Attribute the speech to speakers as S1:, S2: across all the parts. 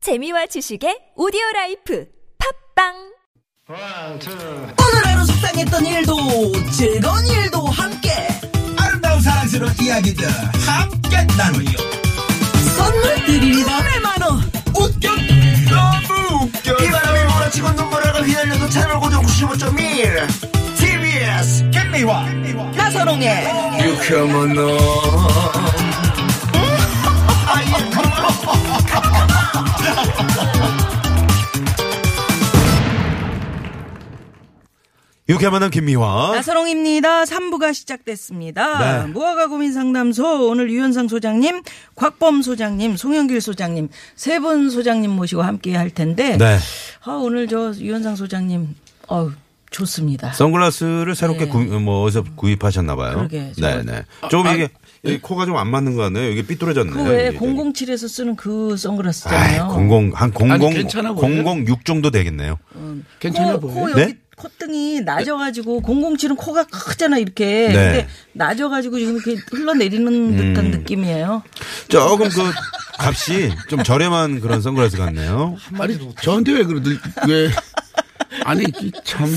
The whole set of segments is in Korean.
S1: 재미와 지식의 오디오 라이프 팝빵
S2: One, two.
S3: 오늘 하루 속상했던 일도 즐거운 일도 함께
S4: 아름다운 사랑스러운 이야기들 함께 나누요.
S3: 선물 드립니다 100만원
S4: 웃겨 너무 웃겨.
S5: 이 바람이 몰아치고 눈보라가 휘날려도 채널 고정 95.1 TBS
S4: 김미화
S3: 나선홍의
S5: 유쾌한 너
S6: 유쾌한 만남 김미화.
S3: 나선홍입니다 3부가 시작됐습니다
S6: 네.
S3: 무화과 고민 상담소 오늘 유현상 소장님 곽범 소장님 송영길 소장님 세 분 소장님 모시고 함께 할 텐데
S6: 네.
S3: 아, 오늘 저 유현상 소장님 어우 좋습니다
S6: 선글라스를 새롭게
S3: 네.
S6: 구, 뭐 어디서 구입하셨나 봐요.
S3: 그러게, 저- 아, 네.
S6: 네네. 좀 이게 이 코가 좀 안 맞는 거 같네요. 이게 삐뚤어졌네.
S3: 그 왜
S6: 이게 저기.
S3: 007에서 쓰는 그
S6: 아이,
S3: 선글라스잖아요
S6: 00, 한 00,
S7: 아니, 괜찮아 보여요?
S6: 006 정도 되겠네요.
S7: 괜찮아
S3: 코,
S7: 보여요?
S3: 코 여기
S6: 네?
S3: 콧등이 낮아가지고 007은 코가 크잖아 이렇게.
S6: 네.
S3: 근데 낮아가지고 지금 이렇게 흘러내리는 듯한 느낌이에요.
S6: 조금 그 값이 좀 저렴한 그런 선글라스 같네요.
S7: 말이 저한테 왜 그러들 왜 아니 이참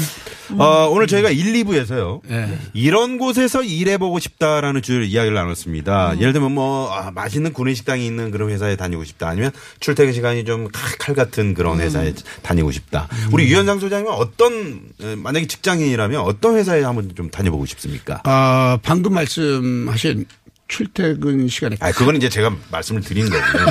S6: 어, 오늘 저희가 1, 2부에서요.
S7: 네.
S6: 이런 곳에서 일해보고 싶다라는 주제로 이야기를 나눴습니다. 예를 들면 뭐 아, 맛있는 구내식당이 있는 그런 회사에 다니고 싶다. 아니면 출퇴근 시간이 좀 칼칼 같은 그런 회사에 다니고 싶다. 우리 유현상 소장님은 어떤 에, 만약에 직장인이라면 어떤 회사에 한번 좀 다녀보고 싶습니까?
S7: 아 방금 말씀하신 출퇴근 시간에
S6: 아, 그건 이제 제가 말씀을 드린 거고요.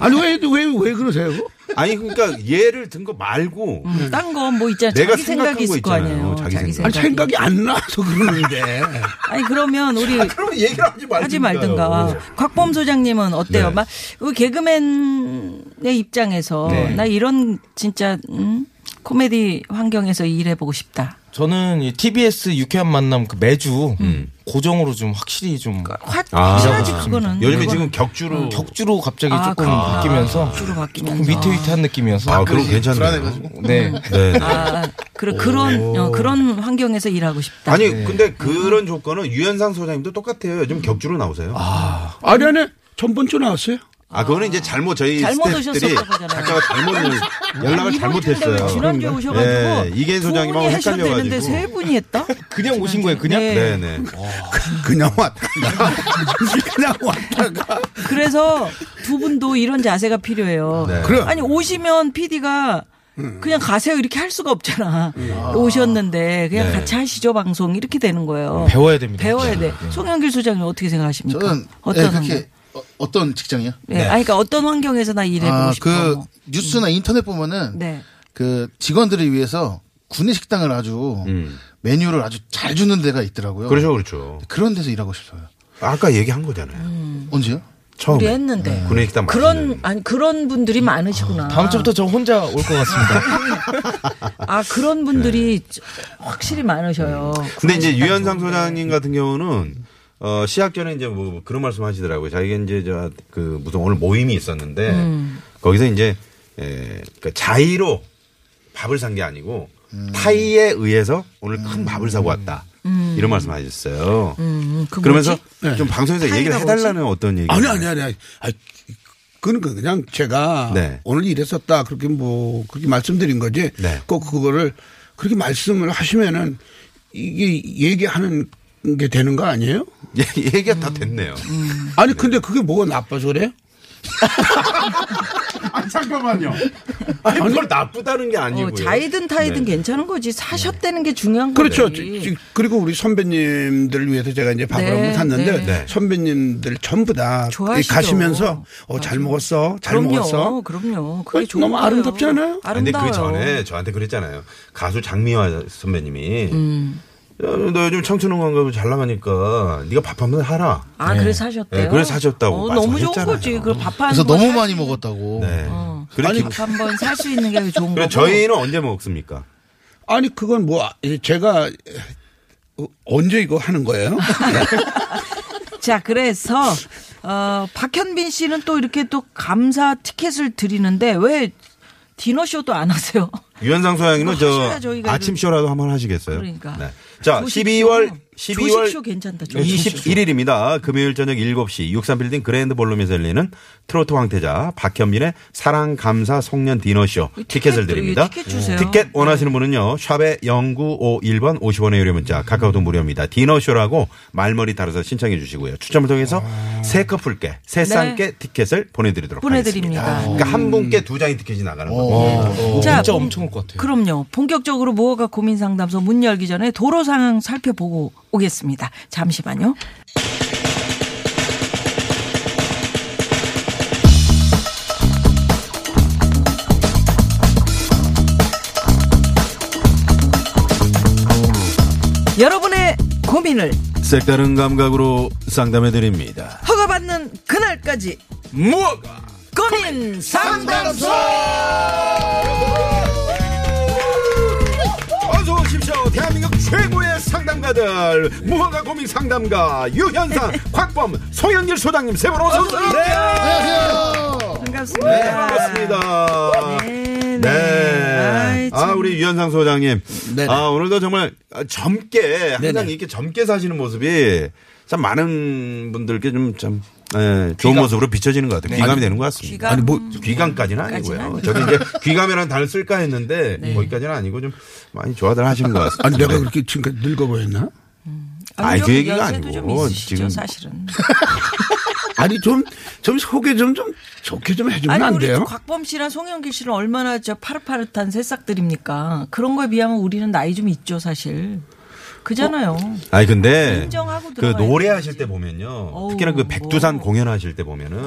S7: 아니 왜 왜 왜 그러세요?
S6: 아니 그러니까 예를 든 거 말고
S3: 딴 거 뭐 있잖아.
S6: 내가
S3: 자기 생각이
S6: 생각한
S3: 있을
S6: 거
S3: 거 아니에요.
S6: 있잖아요.
S3: 자기,
S6: 자기
S3: 생각.
S7: 음. 아니 생각이 안 나서 그러는데
S3: 아니 그러면 우리
S6: 그러면 얘기를 하지 말든가.
S3: 하지 말든가. 곽범 소장님은 어때요? 막, 그 개그맨의 입장에서 나 이런 진짜, 음? 코미디 환경에서 일해보고 싶다.
S8: 저는 이 TBS 유쾌한 만남 그 매주
S6: 음.
S8: 고정으로 좀 확실히 좀
S3: 확,
S6: 아.
S3: 확실하지, 그거는.
S6: 요즘에
S3: 그거는.
S6: 지금 격주로
S8: 음, 격주로 갑자기
S3: 아,
S8: 조금
S3: 그렇구나.
S8: 바뀌면서
S3: 격주로 바뀌면서.
S8: 조금 위태위태한 느낌이어서
S6: 아, 그럼 괜찮네요.
S8: 네.
S6: 네. 네.
S3: 아, 그런, 그런, 어, 그런 환경에서 일하고 싶다.
S6: 아니
S8: 네.
S6: 근데 그런 조건은 유현상 소장님도 똑같아요. 요즘 격주로 나오세요. 아,
S7: 아니 아니 전번주 나왔어요?
S6: 그거는 이제 잘못 저희
S3: 잘못
S6: 스태프들이
S3: 오셨었다고 하잖아요.
S6: 작가가 잘못 연락을 잘못했어요.
S3: 지난주에 오셔가지고
S6: 예, 이계인 소장님하고
S3: 두 분이 하셔도
S6: 헷갈려가지고.
S3: 되는데 세 분이 했다?
S8: 그냥 오신 거예요. 그냥 어.
S3: 네.
S6: 네네.
S7: 그냥 왔다가 그냥 왔다가
S3: 그래서 두 분도 이런 자세가 필요해요.
S6: 네.
S7: 그래.
S3: 아니 오시면 PD가 그냥 가세요 이렇게 할 수가 없잖아.
S6: 음.
S3: 오셨는데 그냥
S6: 네.
S3: 같이 하시죠 방송 이렇게 되는
S6: 음.
S3: 거예요.
S8: 배워야 됩니다.
S3: 배워야 돼. 송영길 소장님 어떻게 생각하십니까?
S9: 저는
S3: 어떤
S9: 예,
S3: 환경?
S9: 그렇게 어, 어떤 직장이요?
S3: 예,
S6: 네.
S3: 아니 그러니까 어떤 환경에서 나 일해보고
S9: 아,
S3: 싶어.
S9: 그
S3: 뭐.
S9: 뉴스나 인터넷 보면은
S3: 네.
S9: 그 직원들을 위해서 구내 식당을 아주
S6: 음.
S9: 메뉴를 아주 잘 주는 데가 있더라고요.
S6: 그렇죠 그렇죠.
S9: 그런 데서 일하고 싶어요.
S6: 아까 얘기한 거잖아요.
S9: 언제요?
S3: 음. 우리
S6: 처음에 네.
S3: 했는데
S6: 군에 일단 아,
S3: 그런
S6: 맞는.
S3: 아니 그런 분들이 많으시구나.
S8: 다음 주부터 저 혼자 올 것 같습니다.
S3: 아 그런 분들이 확실히 많으셔요.
S6: 네.
S3: 어,
S6: 근데 이제 유현상 소장님
S3: 네.
S6: 같은 경우는 어 시작 전에 이제 뭐 그런 말씀 하시더라고요. 자기가 이제 저 그 무슨 오늘 모임이 있었는데
S3: 음.
S6: 거기서 이제 에, 그 자의로 밥을 산 게 아니고
S3: 음.
S6: 타이에 의해서 오늘 큰 밥을 사고 왔다. 이런 말씀 하셨어요.
S3: 음. 그
S6: 그러면서
S3: 뭐지?
S6: 좀 방송에서 얘기를 해달라는 어떤 얘기.
S7: 아니 아니 아니 아니. 아니 그러니까 그는 그냥 제가
S6: 네.
S7: 오늘 이랬었다 그렇게 뭐 그렇게 말씀드린 거지
S6: 네.
S7: 꼭 그거를 그렇게 말씀을 하시면은 이게 얘기하는 게 되는 거 아니에요?
S6: 얘기가
S3: 음.
S6: 다 됐네요.
S7: 아니 근데 그게 뭐가 나빠서 그래요?
S6: 아니, 그걸 나쁘다는 게 아니고요.
S3: 어, 자이든 타이든
S6: 네.
S3: 괜찮은 거지 사셨다는 게 중요한 거지.
S7: 그렇죠. 지- 그리고 우리 선배님들 위해서 제가 이제 밥을
S3: 네,
S7: 한번 샀는데
S3: 네.
S6: 네.
S7: 선배님들 전부 다
S3: 좋아하시죠.
S7: 가시면서 어, 잘 먹었어, 잘
S3: 그럼요,
S7: 먹었어.
S3: 그럼요.
S7: 어,
S3: 그게 좋은
S7: 너무
S3: 거예요.
S7: 아름답지 않아요?
S6: 근데
S3: 아름다워요.
S6: 그 전에 저한테 그랬잖아요. 가수 장미화 선배님이 야, 너 요즘 청춘음악가 잘 나가니까 네가 밥 한번 하라.
S3: 아 그래서 하셨대요.
S6: 네, 그래서 하셨다고
S3: 어, 너무 좋은
S6: 말씀하셨잖아요.
S3: 거지. 그 밥하는
S9: 그래서 너무
S3: 걸
S9: 많이
S3: 살-
S9: 먹었다고.
S6: 네. 그렇게
S7: 아니,
S6: 그-
S3: 밥 한번 살 수 있는 게 좋은
S6: 그래
S3: 거고.
S6: 저희는 언제 먹습니까?
S7: 아니 그건 뭐 아, 제가 어, 언제 이거 하는 거예요?
S3: 자 그래서 어, 박현빈 씨는 또 이렇게 또 감사 티켓을 드리는데 왜 디너쇼도 안 하세요?
S6: 유현상 소장님은
S3: 뭐 하셔야
S6: 저
S3: 저희가
S6: 아침 쇼라도 한번 하시겠어요?
S3: 그러니까.
S6: 네. 자,
S3: 보십시오.
S6: 12월 12월
S3: 조식쇼 괜찮다, 조식쇼.
S6: 21일입니다. 금요일 저녁 7시 63빌딩 그랜드 볼룸에서 열리는 트로트 황태자 박현빈의 사랑 감사 송년 디너쇼
S3: 이
S6: 티켓을
S3: 티켓도,
S6: 드립니다.
S3: 예, 티켓 주세요.
S6: 티켓 원하시는 분은요. 샵에 0951번 50원의 유료 문자 카카오톡 무료입니다. 디너쇼라고 말머리 달아서 신청해 주시고요. 추첨을 통해서 세 커플께 세 쌍께 티켓을 보내드리도록
S3: 아. 네. 보내드립니다. 음.
S6: 하겠습니다. 그러니까 한 분께 두 장의 티켓이 나가는 겁니다.
S3: 자,
S8: 어, 진짜
S3: 본-
S8: 엄청 올 것 같아요.
S3: 그럼요. 본격적으로 무허가 고민 상담소 문 열기 전에 도로 상황 살펴보고 오겠습니다. 잠시만요. 여러분의 고민을
S6: 색다른 감각으로 상담해 드립니다.
S3: 허가받는 그날까지
S8: 무허가
S3: 고민 상담소!
S6: 어서 오십시오. 대한민국 최고의 상담가들 무허가 고민 상담가 유현상, 곽범, 송영길 소장님 세 분 어서 오세요.
S3: 네. 반갑습니다.
S6: 네, 반갑습니다.
S3: 네, 네.
S6: 네.
S3: 아이,
S6: 아,
S3: 참.
S6: 우리 유현상 소장님.
S7: 네, 네.
S6: 아, 오늘도 정말 젊게, 항상
S7: 네, 네.
S6: 이렇게 젊게 사시는 모습이 참 많은 분들께 좀 참, 예, 좋은 모습으로 비춰지는 것
S7: 네.
S6: 같아요. 귀감이 되는 것 같습니다.
S3: 귀감. 아니, 뭐-
S6: 귀감까지는 아니고요. 저도 이제 귀감이라는 단을 쓸까 했는데
S3: 네.
S6: 거기까지는 아니고 좀 많이 좋아들 하시는 것 같습니다. 네.
S7: 아니 내가 그렇게 지금까지 늙어 보였나?
S6: 아니, 그 얘기가
S3: 연세도
S6: 아니고
S3: 좀 있으시죠,
S6: 지금-
S3: 사실은.
S7: 아니 좀 좀 소개 좀 좀 좋게 좀 해주면
S3: 아니
S7: 안
S3: 우리
S7: 돼요?
S3: 곽범 씨랑 송영길 씨는 얼마나 저 파릇파릇한 새싹들입니까? 그런 거에 비하면 우리는 나이 좀 있죠 사실. 그잖아요.
S6: 아니 근데
S3: 인정하고
S6: 그
S3: 들어가야
S6: 노래하실
S3: 되지.
S6: 때 보면요.
S3: 어우,
S6: 특히나 그 백두산
S3: 뭐. 아,
S6: 공연하실 때 보면은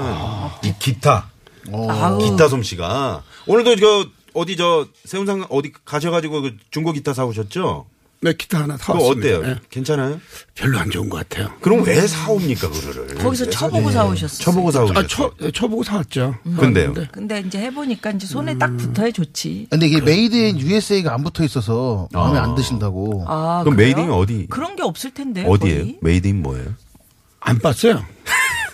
S6: 이 기타
S3: 아우.
S6: 어,
S7: 어.
S6: 기타 솜씨가 오늘도 저 어디 저 세운상 어디 가셔가지고 그 중고 기타 사오셨죠?
S7: 네 기타 하나
S6: 그거
S7: 사왔습니다.
S6: 어때요?
S7: 네.
S6: 괜찮아요?
S7: 별로 안 좋은 것 같아요.
S6: 그럼 왜 사옵니까 그거를?
S3: 거기서
S6: 왜 사-
S3: 쳐보고 사오셨어요.
S6: 예, 쳐보고 사오셨어요.
S7: 아, 쳐, 쳐보고 사왔죠.
S6: 근데요?
S7: 사왔는데.
S3: 근데 이제 해보니까 이제 손에
S6: 음.
S3: 딱 붙어야 좋지.
S9: 근데 이게 메이드 인 USA가 안 붙어 있어서 마음에 안 드신다고.
S3: 아
S6: 그럼
S3: 그래요?
S6: 메이딩이 어디?
S3: 그런 게 없을 텐데
S6: 어디예요?
S3: 거의.
S6: 메이드인 뭐예요?
S7: 안 봤어요.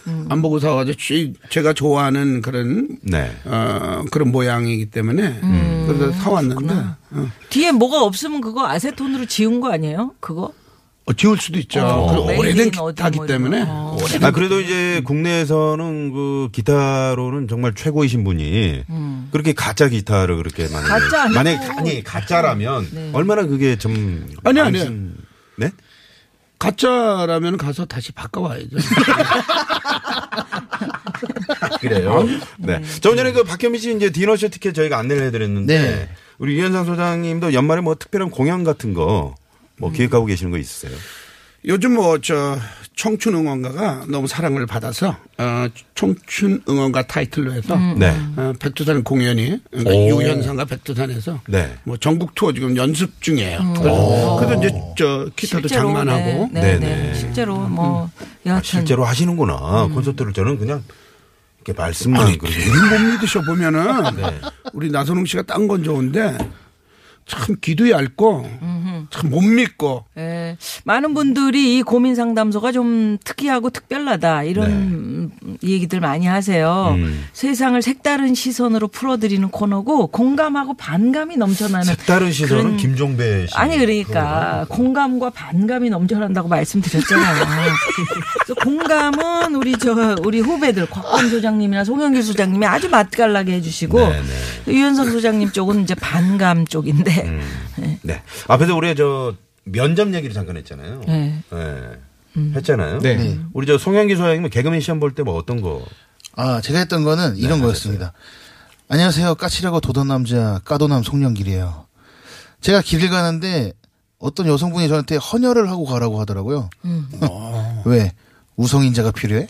S3: 음.
S7: 안 보고 사와서 쥐- 제가 좋아하는 그런
S6: 네.
S7: 어, 그런 모양이기 때문에
S3: 음.
S7: 그래서 사왔는데 어,
S3: 뒤에 뭐가 없으면 그거 아세톤으로 지운 거 아니에요? 그거?
S7: 어, 지울 수도 있죠.
S3: 어,
S7: 그리고
S3: 메이드
S7: 오래된
S3: 인 어디
S7: 기타기
S3: 뭐 이런
S7: 때문에
S3: 거. 어.
S7: 오래된
S6: 아 그래도 이제 국내에서는 그 기타로는 정말 최고이신 분이 그렇게 가짜 기타를 그렇게 만약에
S3: 음. 가짜 아니고. 네.
S6: 만약에 가- 아니 가짜라면 얼마나 그게 좀
S7: 아니, 아니.
S6: 안심- 네?
S7: 가짜라면 가서 다시 바꿔와야죠.
S6: 그래요. 네. 저 전에 그 박현미 씨 이제 디너쇼 티켓 저희가 안내를 해드렸는데
S9: 네.
S6: 우리 유현상 소장님도 연말에 뭐 특별한 공연 같은 거 뭐 기획하고 계시는 거 있으세요?
S7: 요즘 뭐 저 청춘 응원가가 너무 사랑을 받아서 어, 청춘 응원가 타이틀로 해서
S3: 음.
S6: 네.
S7: 어, 백두산 공연이 그러니까
S6: 오.
S7: 유현상과 백두산에서
S6: 네.
S7: 뭐 전국 투어 지금 연습 중이에요. 그래서 그래서 이제 저 기타도
S3: 음. 네, 실제로,
S7: 장만하고
S3: 네, 네, 네.
S6: 네네.
S3: 실제로 뭐 여하튼
S6: 아, 실제로 하시는구나 콘서트를 저는 그냥 이렇게 말씀만
S7: 아니
S6: 그렇게-
S7: 되게 못 믿으셔 보면은 우리 나선홍 씨가 딴 건 좋은데 참 기도 얇고 참 못 믿고
S3: 예. 많은 분들이 이 고민 상담소가 좀 특이하고 특별하다 이런 음, 얘기들 많이 하세요. 세상을 색다른 시선으로 풀어드리는 코너고 공감하고 반감이 넘쳐나는
S6: 색다른 시선은
S3: 그런-
S6: 김종배 씨.
S3: 아니 그러니까 공감과 반감이 넘쳐난다고 말씀드렸잖아요. 그래서 공감은 우리 저 우리 후배들 곽범 소장님이나 송영길 소장님이 아주 맛깔나게 해주시고
S6: 네,
S3: 유현상 소장님 쪽은 이제 반감 쪽인데
S6: 네. 앞에서 우리 저 면접 얘기를 잠깐 했잖아요.
S3: 네.
S6: 예. 했잖아요.
S8: 네. 네.
S6: 우리 저 송영기 소장님은 개그맨 시험 볼 때 뭐 어떤 거?
S9: 아, 제가 했던 거는
S8: 네,
S9: 이런 거였습니다. 안녕하세요. 까칠하고 도던 남자, 까도남 송영길이에요. 제가 길을 가는데 어떤 여성분이 저한테 헌혈을 하고 가라고 하더라고요. 왜? 우성인자가 필요해?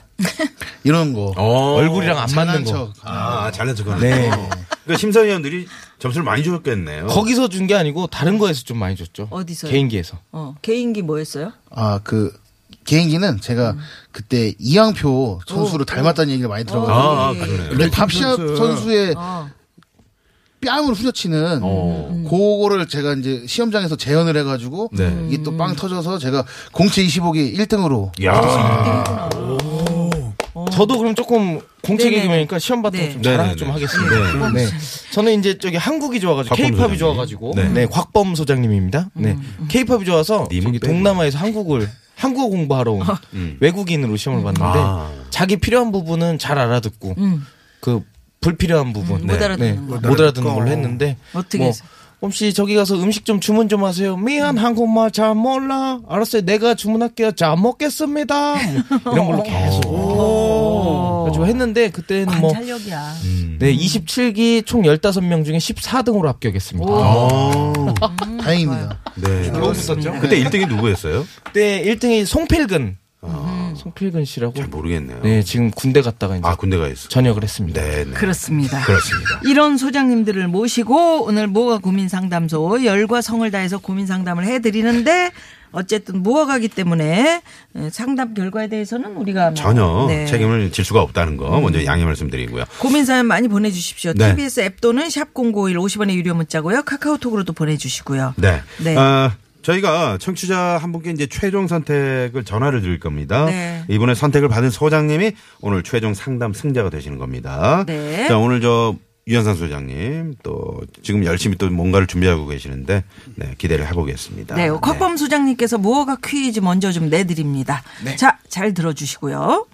S9: 이런 거.
S8: 어,
S6: 어,
S8: 얼굴이랑 안
S9: 잘난
S8: 맞는 거.
S9: 척.
S6: 아, 잘난 척하는
S8: 네.
S6: 거. 그러니까 심사위원들이 점수를 많이 주셨겠네요.
S8: 거기서 준 게 아니고 다른 거에서 좀 많이 줬죠.
S3: 어디서요?
S8: 개인기에서.
S3: 어, 개인기 뭐였어요?
S9: 아, 그 개인기는 제가 그때 이양표 선수를 닮았다는 얘기를 많이 들어가지고
S6: 음. 네. 아, 아, 그러네요.
S9: 근데 밥샵
S7: 선수.
S9: 선수의
S3: 어.
S9: 뺨을 후려치는
S6: 음.
S9: 그거를 제가 이제 시험장에서 재현을 해가지고
S6: 네.
S9: 이게 또 빵 터져서 제가 공채 25기 1등으로
S6: 야.
S8: 저도 그럼 조금 공책
S3: 어. 네네네.
S8: 얘기니까 시험 받던
S3: 네.
S8: 거좀 자랑 좀
S6: 네네네.
S8: 하겠습니다. 네. 저는 이제 저기 한국이 좋아가지고
S6: 곽범
S8: 케이팝이
S6: 소장님.
S8: 좋아가지고
S6: 네.
S8: 네. 곽범 소장님입니다.
S3: 음.
S8: 네. 케이팝이 좋아서
S6: 님은
S8: 저기
S6: 빼고. 음.
S8: 동남아에서 한국을 한국어 공부하러 온
S3: 아.
S8: 외국인으로 시험을 봤는데
S6: 아.
S8: 자기 필요한 부분은 잘 알아듣고 그 불필요한 부분
S3: 음,
S8: 네.
S3: 못 알아듣는 거.
S8: 못 알아듣는 걸로 했는데
S3: 어떻게
S8: 뭐
S3: 해서?
S8: 혹시 저기 가서 음식 좀 주문 좀 하세요. 미안 한국말 잘 몰라. 알았어요. 내가 주문할게요. 잘 먹겠습니다. 뭐 이런
S3: 어.
S8: 걸로 계속 가지고 했는데 그때는 뭐
S3: 관찰력이야.
S8: 네, 27기 총 15명 중에 14등으로 합격했습니다.
S9: 다행입니다.
S6: 음, 네.
S8: 들어오셨었죠?
S6: 그때 1등이 누구였어요?
S8: 그때 1등이 송필근.
S3: 음.
S8: 송필근 씨라고.
S6: 잘 모르겠네요.
S8: 네, 지금 군대 갔다가 이제
S6: 아, 군대 가 있어.
S8: 전역을 했습니다.
S6: 네, 네.
S3: 그렇습니다.
S6: 그렇습니다.
S3: 이런 소장님들을 모시고 오늘 모아 고민 상담소 열과 성을 다해서 고민 상담을 해드리는데 어쨌든 모아가기 때문에 에, 상담 결과에 대해서는 우리가 뭐-
S6: 전혀
S3: 네.
S6: 책임을 질 수가 없다는 거 먼저 양해 말씀드리고요.
S3: 고민 사연 많이 보내주십시오.
S6: 네.
S3: TBS 앱 또는 샵 #051 50원의 유료 문자고요. 카카오톡으로도 보내주시고요.
S6: 네.
S3: 네.
S6: 아, 저희가 청취자 한 분께 이제 최종 선택을 전화를 드릴 겁니다.
S3: 네.
S6: 이번에 선택을 받은 소장님이 오늘 최종 상담 승자가 되시는 겁니다.
S3: 네.
S6: 자, 오늘 저 유현상 소장님 또 지금 열심히 또 뭔가를 준비하고 계시는데 네, 기대를 해보겠습니다.
S3: 네, 컵범 소장님께서 무허가 퀴즈 먼저 좀 내드립니다.
S6: 네.
S3: 자, 잘 들어주시고요.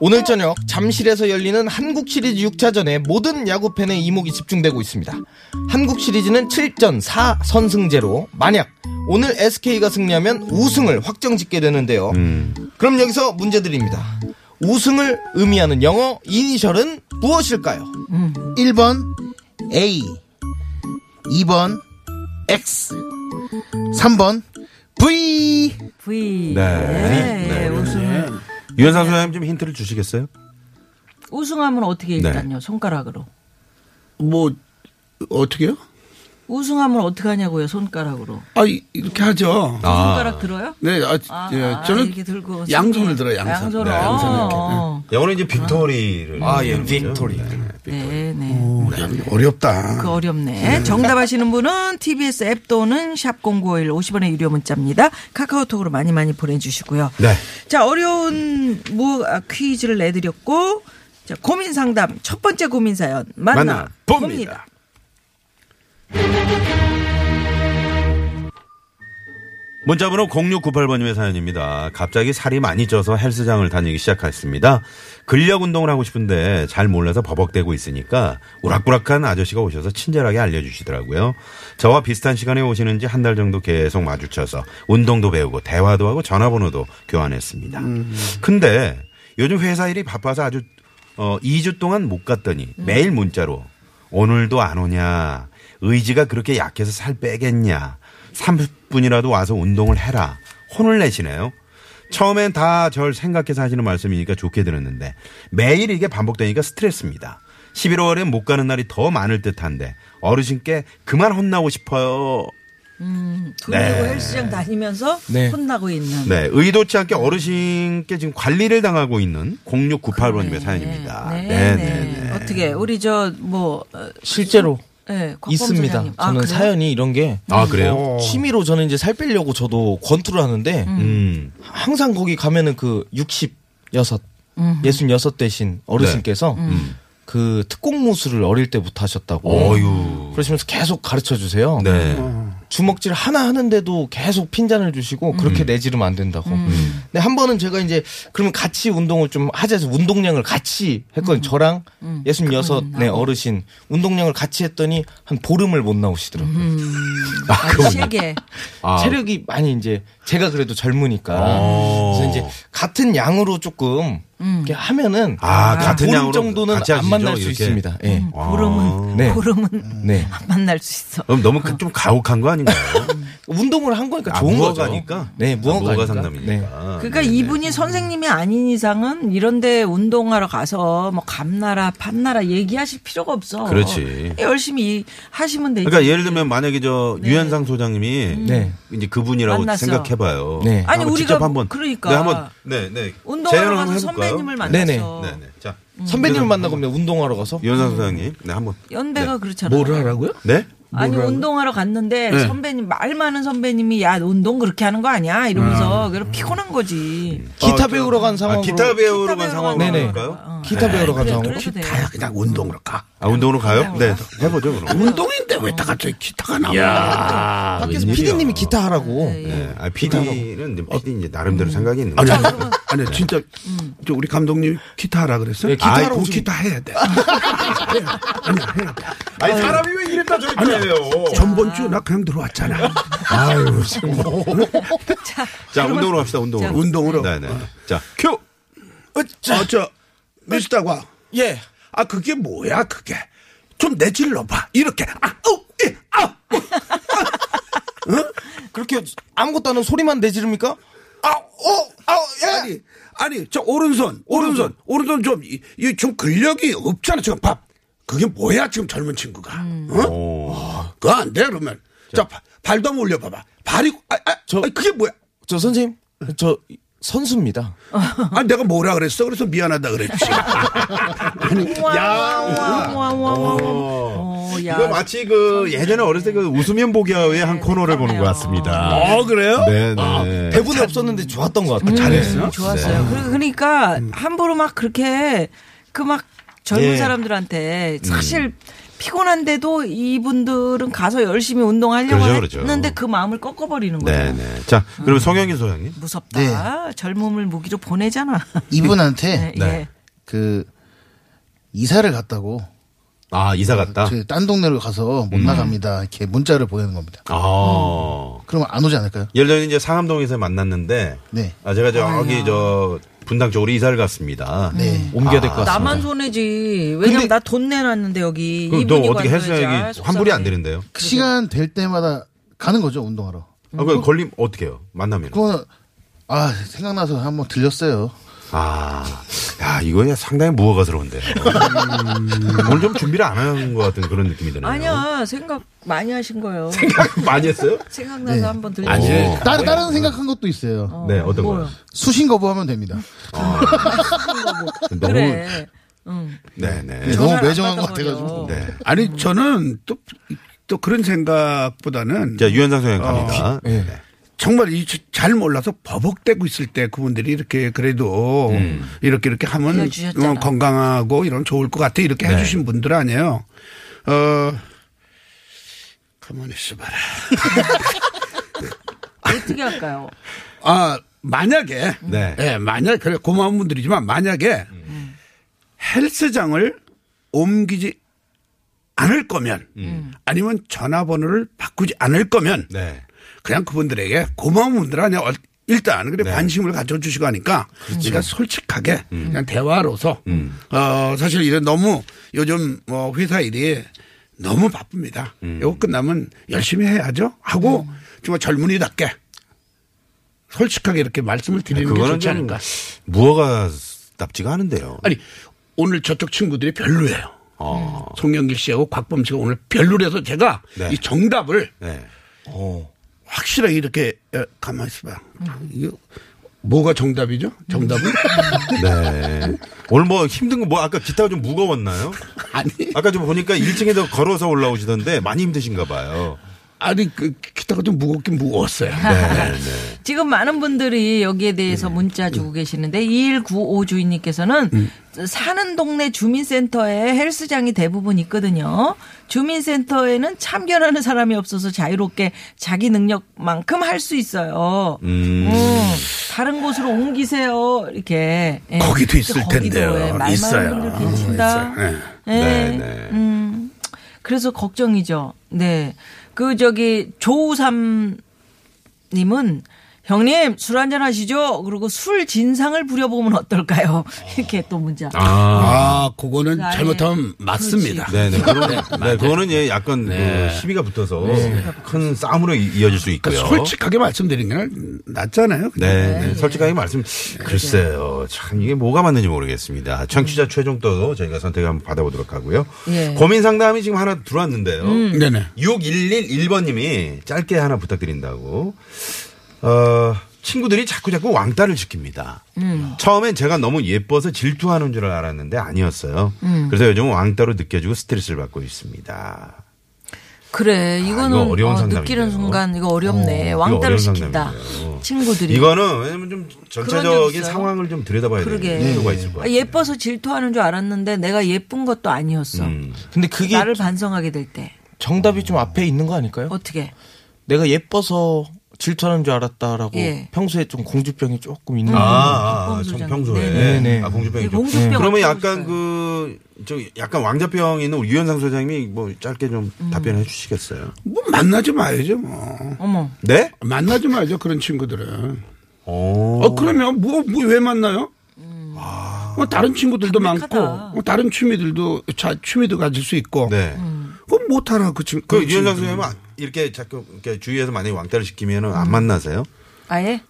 S8: 오늘 저녁 잠실에서 열리는 한국 시리즈 6차전에 모든 야구 팬의 이목이 집중되고 있습니다. 한국 시리즈는 7전 4선승제로 만약 오늘 SK가 승리하면 우승을 확정짓게 되는데요. 그럼 여기서 문제 드립니다. 우승을 의미하는 영어 이니셜은 무엇일까요?
S9: 1번 A, 2번 X, 3번 V.
S3: V.
S6: 네.
S3: 네,
S6: 네.
S3: 우승.
S6: 유현상 소장님 좀 힌트를 주시겠어요?
S3: 우승하면 어떻게 일단요? 손가락으로.
S7: 뭐 어떻게요?
S3: 우승하면 어떻게 하냐고요? 손가락으로. 그
S7: 아 이- 이렇게 하죠.
S3: 손가락 들어요?
S7: 네, 아,
S3: 아,
S7: 예,
S3: 아,
S7: 저는
S3: 이렇게 들고
S7: 양손을 들어요. 양손.
S3: 양손으로.
S7: 네, 양손을 이렇게.
S3: 어.
S6: 영어는 이제 빅토리를.
S8: 아, 예,
S6: 얘기하는 거죠.
S8: 빅토리.
S6: 네, 빅토리.
S3: 네, 네.
S7: 오, 야, 이거 어렵다.
S3: 그 어렵네. 정답 아시는 분은 TBS 앱 또는 샵 0951 50원의 유료 문자입니다. 카카오톡으로 많이 많이 보내주시고요.
S6: 네.
S3: 자, 어려운 무 아, 퀴즈를 내드렸고, 자, 고민 상담, 첫 번째 고민 사연 만나 봅니다.
S6: 만나봅니다. 문자번호 0698번님의 사연입니다. 갑자기 살이 많이 쪄서 헬스장을 다니기 시작했습니다. 근력 운동을 하고 싶은데 잘 몰라서 버벅대고 있으니까 우락부락한 아저씨가 오셔서 친절하게 알려주시더라고요. 저와 비슷한 시간에 오시는지 한 달 정도 계속 마주쳐서 운동도 배우고 대화도 하고 전화번호도 교환했습니다. 근데 요즘 회사 일이 바빠서 아주 어, 2주 동안 못 갔더니 매일 문자로 오늘도 안 오냐. 의지가 그렇게 약해서 살 빼겠냐. 30분이라도 와서 운동을 해라. 혼을 내시네요. 처음엔 다 절 생각해서 하시는 말씀이니까 좋게 들었는데 매일 이게 반복되니까 스트레스입니다. 11월엔 못 가는 날이 더 많을 듯한데 어르신께 그만 혼나고 싶어요.
S3: 돈 내고 헬스장 다니면서
S8: 네.
S3: 혼나고 있는.
S6: 네, 의도치 않게 어르신께 지금 관리를 당하고 있는
S3: 네,
S6: 0698번님의 사연입니다. 아, 네, 네, 네.
S3: 어떻게 우리 저뭐
S8: 실제로
S3: 네, 곽범
S8: 있습니다.
S3: 소장님. 아,
S8: 저는
S3: 그래요?
S8: 사연이 이런 게
S6: 아, 그래요?
S8: 어, 취미로 저는 이제 살 빼려고 저도 권투를 하는데
S6: 음.
S8: 항상 거기 가면은 그 66, 66 대신 어르신께서
S3: 네. 음.
S8: 그 특공 무술을 어릴 때부터 하셨다고.
S6: 어유.
S8: 그러시면서 계속 가르쳐 주세요.
S6: 네.
S8: 주먹질 하나 하는데도 계속 핀잔을 주시고 그렇게 내지르면 안 된다고. 음. 근데 한 번은 제가 이제 그러면 같이 운동을 좀 하자 해서 운동량을 같이 했거든요. 저랑 66, 네, 어르신 운동량을 같이 했더니 한 보름을 못 나오시더라고요.
S3: 아, 세게.
S6: 아.
S8: 체력이 많이 이제 제가 그래도 젊으니까
S6: 어.
S8: 그래서 이제 같은 양으로 조금 이렇게 하면은
S6: 아, 같은
S8: 보름
S6: 양으로
S8: 정도는
S6: 같이
S8: 안
S6: 하시죠,
S8: 만날 수
S6: 이렇게? 아,
S8: 있습니다. 예.
S6: 음. 어.
S3: 보름은
S8: 네.
S3: 보름은
S8: 네.
S3: 만날 수 있어.
S6: 그럼 너무 그- 좀 가혹한 거 아닌가요?
S8: 운동을 한 거니까
S6: 아,
S8: 그러니까 좋은 거죠.
S6: 무허가니까?
S8: 네,
S6: 아,
S8: 무허가니까. 네.
S6: 상담이니까.
S3: 그러니까
S6: 아, 네네.
S3: 이분이 선생님이 아닌 이상은 이런데 운동하러 가서 뭐 감나라 판나라 얘기하실 필요가 없어.
S6: 그렇지.
S3: 열심히 이- 하시면 되지.
S6: 그러니까 예를 들면 만약에 저 유현상 소장님이
S8: 네.
S6: 이제 그분이라고
S3: 네. 음. 만났어.
S6: 생각해봐요.
S8: 네.
S6: 한번
S3: 아니, 우리가
S6: 직접 한번
S3: 그러니까.
S6: 네, 한번 네, 네.
S3: 운동하러
S6: 재연을
S3: 가서
S6: 한번 해볼까요?
S3: 선배님을
S8: 네네.
S3: 만나서
S6: 네, 네. 자,
S8: 선배님을 음. 만나고 그냥 운동하러 가서
S6: 유현상 소장님, 네 한번
S3: 연배가 그렇잖아요.
S7: 뭐를 하라고요?
S6: 네.
S3: 아니 운동하러 갔는데
S7: 네.
S3: 선배님 말 많은 선배님이 야 운동 그렇게 하는 거 아니야 이러면서
S6: 음.
S3: 그래 피곤한 거지.
S8: 기타 배우러 간
S6: 아,
S8: 상황으로 어, 아,
S6: 기타 배우로
S3: 기타
S6: 간
S3: 배우러
S6: 상황으로
S3: 가는
S6: 네
S8: 네네.
S6: 가요?
S8: 기타 배우러 간
S3: 어. 그래,
S8: 상황으로
S3: 그래도 뭐 돼.
S7: 다 그냥 운동으로 가.
S6: 아 운동으로 가요? 네 해보죠 그럼.
S7: 운동인데 왜 다 갑자기 기타가 나와?
S8: 밖에서 PD님이 기타 하라고
S6: 네, 아 PD는 이제 PD 이제 나름대로
S8: 음.
S6: 생각이 있는
S7: 아니,
S6: 거죠.
S7: 아니, 아니, 네, 진짜,
S3: 음.
S7: 저 우리 감독님 기타 하라 그랬어요?
S8: 예, 기타 하라고
S7: 아이고,
S8: 지금-
S7: 기타 해야 돼. 해야 돼. 아니야, 해야 돼.
S6: 아니 사람이 왜 이랬다 저랬다 해요.
S7: 전번 주나 그냥 들어왔잖아.
S6: 아유 정말.
S3: 자,
S6: 자 운동으로 갑시다 운동으로.
S7: 운동으로.
S6: 네네. 자 큐.
S7: 어쩌, 어쩌, 미스터과.
S8: 예
S7: 아, 그게 뭐야, 그게. 좀 내질러봐. 이렇게. 아, 우, 이, 아, 우.
S8: 그렇게 아무것도 안 하고 소리만 내지릅니까?
S7: 아, 오, 아, 예. 아니, 아니, 저 오른손, 오른손, 오른손 좀, 이, 이 좀 근력이 없잖아, 지금 밥. 그게 뭐야, 지금 젊은 친구가. 어?
S6: 오.
S7: 그거 안 돼, 그러면. 자, 바- 발도 한번 올려봐봐. 발이, 아, 아, 저, 그게 뭐야?
S8: 저 선생님 저 선수입니다
S7: 아, 내가 뭐라 그랬어? 그래서 미안하다 그랬지.
S6: 어.
S3: 야. 네,
S6: 이거 마치 그 예전에 어렸을 때 그 웃으면 보기야의 한 코너를 보는 것 같습니다.
S7: 아, 그래요?
S6: 네네. 아,
S8: 대본이 없었는데 좋았던 것 같아요
S7: 잘했어.
S3: 음,
S6: 네.
S3: 좋았어요. 그러- 그러니까 함부로 막 그렇게 그 막 젊은
S6: 음. 예. 음.
S3: 사람들한테 사실 피곤한데도 이분들은 가서 열심히 운동하려고
S6: 그러죠, 그러죠.
S3: 했는데 그 마음을 꺾어버리는 거예요.
S6: 네네. 네. 자 그럼 성영인 소장님.
S3: 무섭다. 젊음을 무기로 보내잖아.
S9: 이분한테
S6: 네.
S3: 예.
S9: 그 이사를 갔다고
S6: 아 이사 갔다.
S3: 음.
S9: 저희 딴 동네로 가서 못 나갑니다. 이렇게 문자를 보내는 겁니다.
S6: 아.
S9: 그러면 안 오지 않을까요?
S6: 예를 들면 이제 상암동에서 만났는데
S9: 네.
S6: 아 제가 저기 저 분당 쪽으로 이사를 갔습니다.
S9: 네.
S8: 옮겨야 될 것 같습니다
S3: 나만 손해지. 왜냐면 나 돈 내놨는데 여기
S6: 그럼 너
S3: 이분이
S6: 어떻게
S3: 관둬야지. 아,
S6: 헬스장이 환불이 안
S3: 속상해.
S6: 되는데요?
S9: 그 시간 될 때마다 가는 거죠 운동하러.
S6: 아,
S3: 음.
S6: 그 걸림 어떻게 해요? 만나면.
S9: 그거는 아 생각나서 한번 들렸어요.
S6: 아, 야, 이거 상당히 무허가스러운데. 오늘 좀 준비를 안 한 것 같은 그런 느낌이 드네요.
S3: 아니야 생각 많이 하신 거예요.
S6: 많이 했어요?
S3: 생각나서 한번 들려.
S6: 아니,
S3: 주세요.
S9: 다른 다른 생각한 것도 있어요.
S6: 네, 어떤 거요?
S9: 수신 거부하면 됩니다.
S6: 너무,
S3: 그래.
S6: 네, 네.
S9: 너무
S3: 전화를
S9: 매정한
S3: 안
S9: 것
S3: 받아버려.
S9: 같아가지고.
S6: 네.
S7: 아니, 저는 또, 또 그런 생각보다는
S6: 자, 유현상 소장 갑니다. 네.
S7: 정말 이 잘 몰라서 버벅대고 있을 때 그분들이 이렇게 그래도 이렇게 이렇게 하면
S3: 알려주셨잖아.
S7: 어, 건강하고 이런 좋을 것 같아 이렇게 해주신 분들 아니에요. 어 가만히 있어봐라.
S3: 어떻게 할까요?
S7: 아 만약에
S6: 네.
S7: 예, 만약 그래 고마운 분들이지만 만약에
S3: 음.
S7: 헬스장을 옮기지 않을 거면 아니면 전화번호를 바꾸지 않을 거면
S6: 네.
S7: 그냥 그분들에게 고마운 분들 아니야. 어, 일단 그래
S6: 네.
S7: 관심을 가져주시고 하니까
S6: 그렇죠.
S7: 그러니까 솔직하게
S6: 음.
S7: 그냥 대화로서 어 사실 이제 너무 요즘 뭐 회사 일이 너무 바쁩니다.
S6: 음.
S7: 이거 끝나면 열심히 해야죠 하고 정말 젊은이답게 솔직하게 이렇게 말씀을 드리는 게
S6: 네, 그거는
S7: 좋지
S6: 좀
S7: 않을까.
S6: 무허가답지가 않은데요.
S7: 아니 오늘 저쪽 친구들이 별로예요.
S6: 어.
S7: 송영길 씨하고 곽범 씨가 오늘 별로라서 제가
S6: 네.
S7: 이 정답을
S6: 네.
S7: 확실하게 이렇게 에, 가만히 있어봐. 이게 뭐가 정답이죠? 정답은
S6: 네. 오늘 뭐 힘든 거 뭐 아까 기타가 좀 무거웠나요?
S7: 아니
S6: 아까 좀 보니까 1층에서 걸어서 올라오시던데 많이 힘드신가 봐요.
S7: 아니 그 기타가 좀 무겁긴 무거웠어요.
S6: 네, 네.
S3: 지금 많은 분들이 여기에 대해서 문자 주고 계시는데 2195 주인님께서는 사는 동네 주민센터에 헬스장이 대부분 있거든요. 주민센터에는 참견하는 사람이 없어서 자유롭게 자기 능력만큼 할 수 있어요.
S6: 음.
S3: 음, 다른 곳으로 옮기세요. 이렇게. 예.
S7: 거기도 있을
S3: 거기도
S7: 텐데요.
S3: 예, 말
S7: 있어요.
S3: 많은 분들 계신다.
S7: 있어요.
S3: 예.
S6: 네, 네.
S3: 음, 그래서 걱정이죠. 네. 그 저기 조우삼 님은 형님 술 한잔 하시죠. 그리고 술 진상을 부려보면 어떨까요? 이렇게 또 문자. 그러니까
S7: 아 그거는
S3: 아니,
S7: 잘못하면 맞습니다.
S6: 네네. 그거는, 네, 그거는 예, 약간 그 시비가 붙어서 큰 싸움으로 이- 이어질 수 있고요.
S7: 그러니까 솔직하게 말씀드리는 게 낫잖아요.
S6: 네, 네. 솔직하게 말씀. 글쎄요, 참 이게 뭐가 맞는지 모르겠습니다. 청취자 최종도 저희가 선택 한번 받아보도록 하고요.
S3: 예.
S6: 고민 상담이 지금 하나 들어왔는데요.
S7: 네네.
S6: 6111번님이 짧게 하나 부탁드린다고. 어, 친구들이 자꾸 자꾸 왕따를 시킵니다. 처음엔 제가 너무 예뻐서 질투하는 줄 알았는데 아니었어요. 그래서 요즘은 왕따로 느껴지고 스트레스를 받고 있습니다.
S3: 그래 이거는
S6: 이거 어려운
S3: 어,
S6: 상담인데요.
S3: 느끼는 순간 이거 어렵네
S6: 이거
S3: 왕따를
S6: 어려운
S3: 시킨다
S6: 상담인데요.
S3: 친구들이
S6: 이거는 왜냐면 좀
S3: 적
S6: 전체적인
S3: 있어요?
S6: 상황을 좀 들여다봐야 되는
S3: 그러게.
S6: 필요가 있을 것
S3: 아,
S6: 같아요.
S3: 예뻐서 질투하는 줄 알았는데 내가 예쁜 것도 아니었어
S6: 음.
S8: 근데 그게
S3: 나를 반성하게 될 때
S8: 정답이 좀 앞에 있는 거 아닐까요?
S3: 어떻게
S8: 내가 예뻐서 질투하는 줄 알았다라고
S3: 예.
S8: 평소에 좀 공주병이 조금 있는
S6: 아,
S8: 거
S6: 아, 아,
S3: 공주병.
S6: 정- 평소에.
S3: 네,
S8: 네.
S6: 아, 공주병이
S3: 네,
S6: 죠
S3: 공주병
S6: 그러면
S3: 어쩌고
S6: 약간
S3: 있어요.
S6: 그, 저 약간 왕자병 있는 우리 유현상 소장님이 뭐 짧게 좀
S3: 음.
S6: 답변해 주시겠어요?
S7: 뭐 만나지 말죠 뭐.
S3: 어머
S6: 네?
S7: 만나지 말죠 그런 친구들은.
S6: 어.
S7: 어 그러면 뭐 뭐 왜 만나요? 뭐 다른 친구들도
S3: 음. 담백하다.
S7: 많고 뭐 다른 취미들도 자 취미도 가질 수 있고.
S6: 네.
S3: 음.
S7: 그럼 못하라 그 친구.
S6: 그 유현상 소장님은 이렇게 자꾸 이렇게 주위에서 만약에 왕따를 시키면은 안 만나세요?
S3: 아예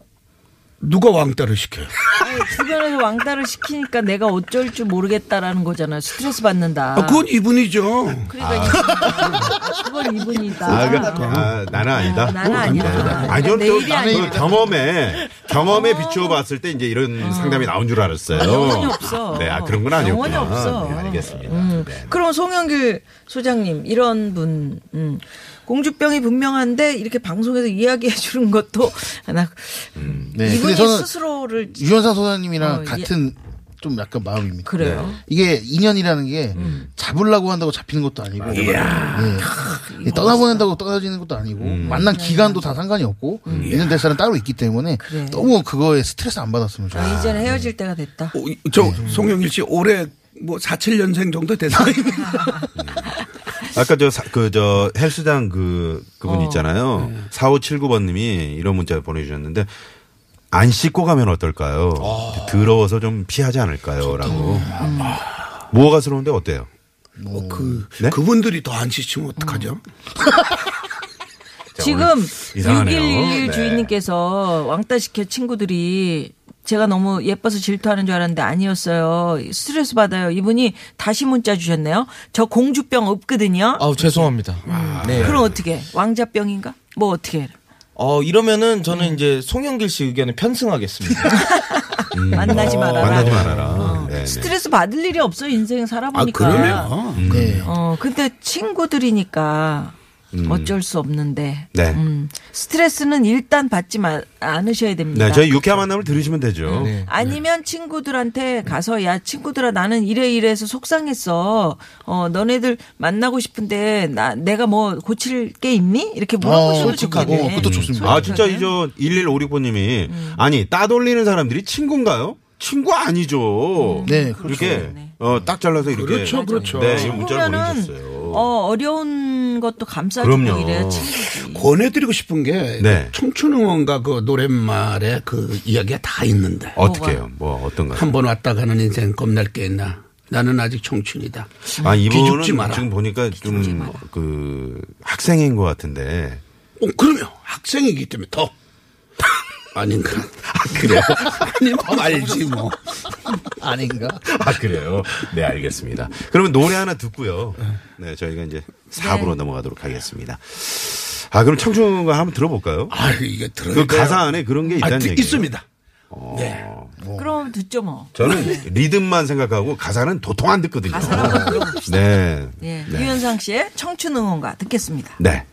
S7: 누가 왕따를 시켜요?
S3: 아니, 주변에서 왕따를 시키니까 내가 어쩔 줄 모르겠다라는 거잖아요 스트레스 받는다
S7: 아, 그건 이분이죠.
S3: 아, 그건 이분이다
S6: 아, 그러니까, 아, 나는 아니다. 네.
S3: 아, 나는 아니다.
S6: 아니, 저는
S3: 내일이
S6: 또 그
S3: 아니다.
S6: 경험에, 경험에 비추어 봤을 때 이제 이런 상담이 나온 줄 알았어요.
S3: 아, 영혼이 없어.
S6: 네, 아, 그런 건 아니었구나.
S3: 영혼이 없어. 음.
S6: 네, 알겠습니다. 네.
S3: 그럼 송영길 소장님 이런 분 음. 공주병이 분명한데 이렇게 방송에서 이야기해 주는 것도 하나
S6: 음.
S9: 네.
S3: 이분이
S9: 근데 저는
S3: 스스로를
S9: 유현상 소장님이랑
S3: 어, 예.
S9: 같은 좀 약간 마음입니다.
S3: 그래요.
S9: 이게 인연이라는 게 잡으려고 한다고 잡히는 것도 아니고 예. 이 떠나보낸다고 떠나지는 것도 아니고 만난 기간도 다 상관이 없고 있는 대사는 따로 있기 때문에
S3: 그래.
S9: 너무 그거에 스트레스 안 받았으면
S6: 네.
S3: 아,
S9: 좋겠어요.
S3: 이제는 헤어질 때가 됐다.
S7: 어, 저 송영일 씨 올해 뭐 47년생 정도 됐어요.
S6: 아까 저, 사- 그, 저, 헬스장 그, 그분
S3: 어.
S6: 있잖아요. 4579번님이 이런 문자 보내주셨는데, 안 씻고 가면 어떨까요?
S3: 아.
S6: 더러워서 좀 피하지 않을까요? 라고.
S3: 음.
S6: 아. 무허가스러운데 어때요?
S7: 어, 그
S6: 네?
S7: 그분들이 더 안 지치면 어떡하죠?
S6: 자,
S3: 지금
S6: 오늘 이상하네요.
S3: 6111
S6: 네.
S3: 주인님께서 왕따 시켜 친구들이 제가 너무 예뻐서 질투하는 줄 알았는데 아니었어요. 스트레스 받아요. 이분이 다시 문자 주셨네요. 저 공주병 없거든요.
S8: 아우 죄송합니다. 네.
S3: 그럼 어떻게? 해? 왕자병인가? 뭐 어떻게? 해?
S8: 어 이러면은 저는 이제 송영길 씨 의견에 편승하겠습니다.
S3: 만나지 말아라.
S6: 음. 어,
S3: 어,
S6: 만나지 말아라. 네, 네.
S3: 스트레스 받을 일이 없어 인생
S7: 아
S3: 살아보니까.
S8: 음.
S7: 그러면
S6: 음.
S9: 네.
S3: 어 근데 친구들이니까 어쩔 수 없는데.
S6: 음. 네.
S3: 음, 스트레스는 일단 받지 마, 않으셔야 됩니다.
S6: 네, 저희 유쾌한 만남을 들으시면 되죠.
S9: 예,
S3: 네. 아니면 친구들한테 가서 야 친구들아 나는 이래 이래서 속상했어. 어 너네들 만나고 싶은데 나 내가 뭐 고칠 게 있니? 이렇게 물어보셔도 예.
S9: 어, 솔직하고.
S3: 좋겠네.
S9: 그것도 좋습니다.
S6: 아, 진짜 이저 1156번님이 아니 따돌리는 사람들이 친구인가요? 친구 아니죠.
S9: 네,
S6: 이렇게 어, 딱 잘라서 이렇게
S7: 그렇죠, 그렇죠.
S6: 네, 이런 문자를
S3: 친구면은
S6: 보내주셨어요.
S3: 어 어려운 것도 감싸주고
S6: 그럼요.
S3: 이래야 친구지.
S7: 권해드리고 싶은 게
S6: 음. 네.
S7: 청춘응원가 그 노랫말에 그 이야기가 다 있는데
S6: 어떻게요? 뭐 어떤가요?
S7: 한 번 왔다 가는 인생 겁날 게 있나? 나는 아직 청춘이다.
S6: 아, 이분은
S7: 기죽지 마라.
S6: 지금 보니까 좀 그 학생인 것 같은데.
S7: 어, 그러면 학생이기 때문에 더 아닌가? 아, 그래요? 아니면 알지 뭐.
S9: 아닌가?
S6: 아 그래요? 네 알겠습니다. 그러면 노래 하나 듣고요. 네 저희가 이제 4부로 넘어가도록 하겠습니다. 아 그럼 청춘가 한번 들어볼까요?
S7: 아, 이게 들어요.
S6: 그 가사 안에 그런 게 있다는
S7: 아,
S6: 얘기예요.
S7: 있습니다. 네.
S3: 그럼 듣죠 뭐.
S6: 저는 리듬만 생각하고 가사는 도통 안 듣거든요.
S3: 가사를 한번 들어봅시다.
S6: 네.
S3: 아, 예.
S6: 네.
S3: 유현상 씨의 청춘 응원가 듣겠습니다.
S6: 네.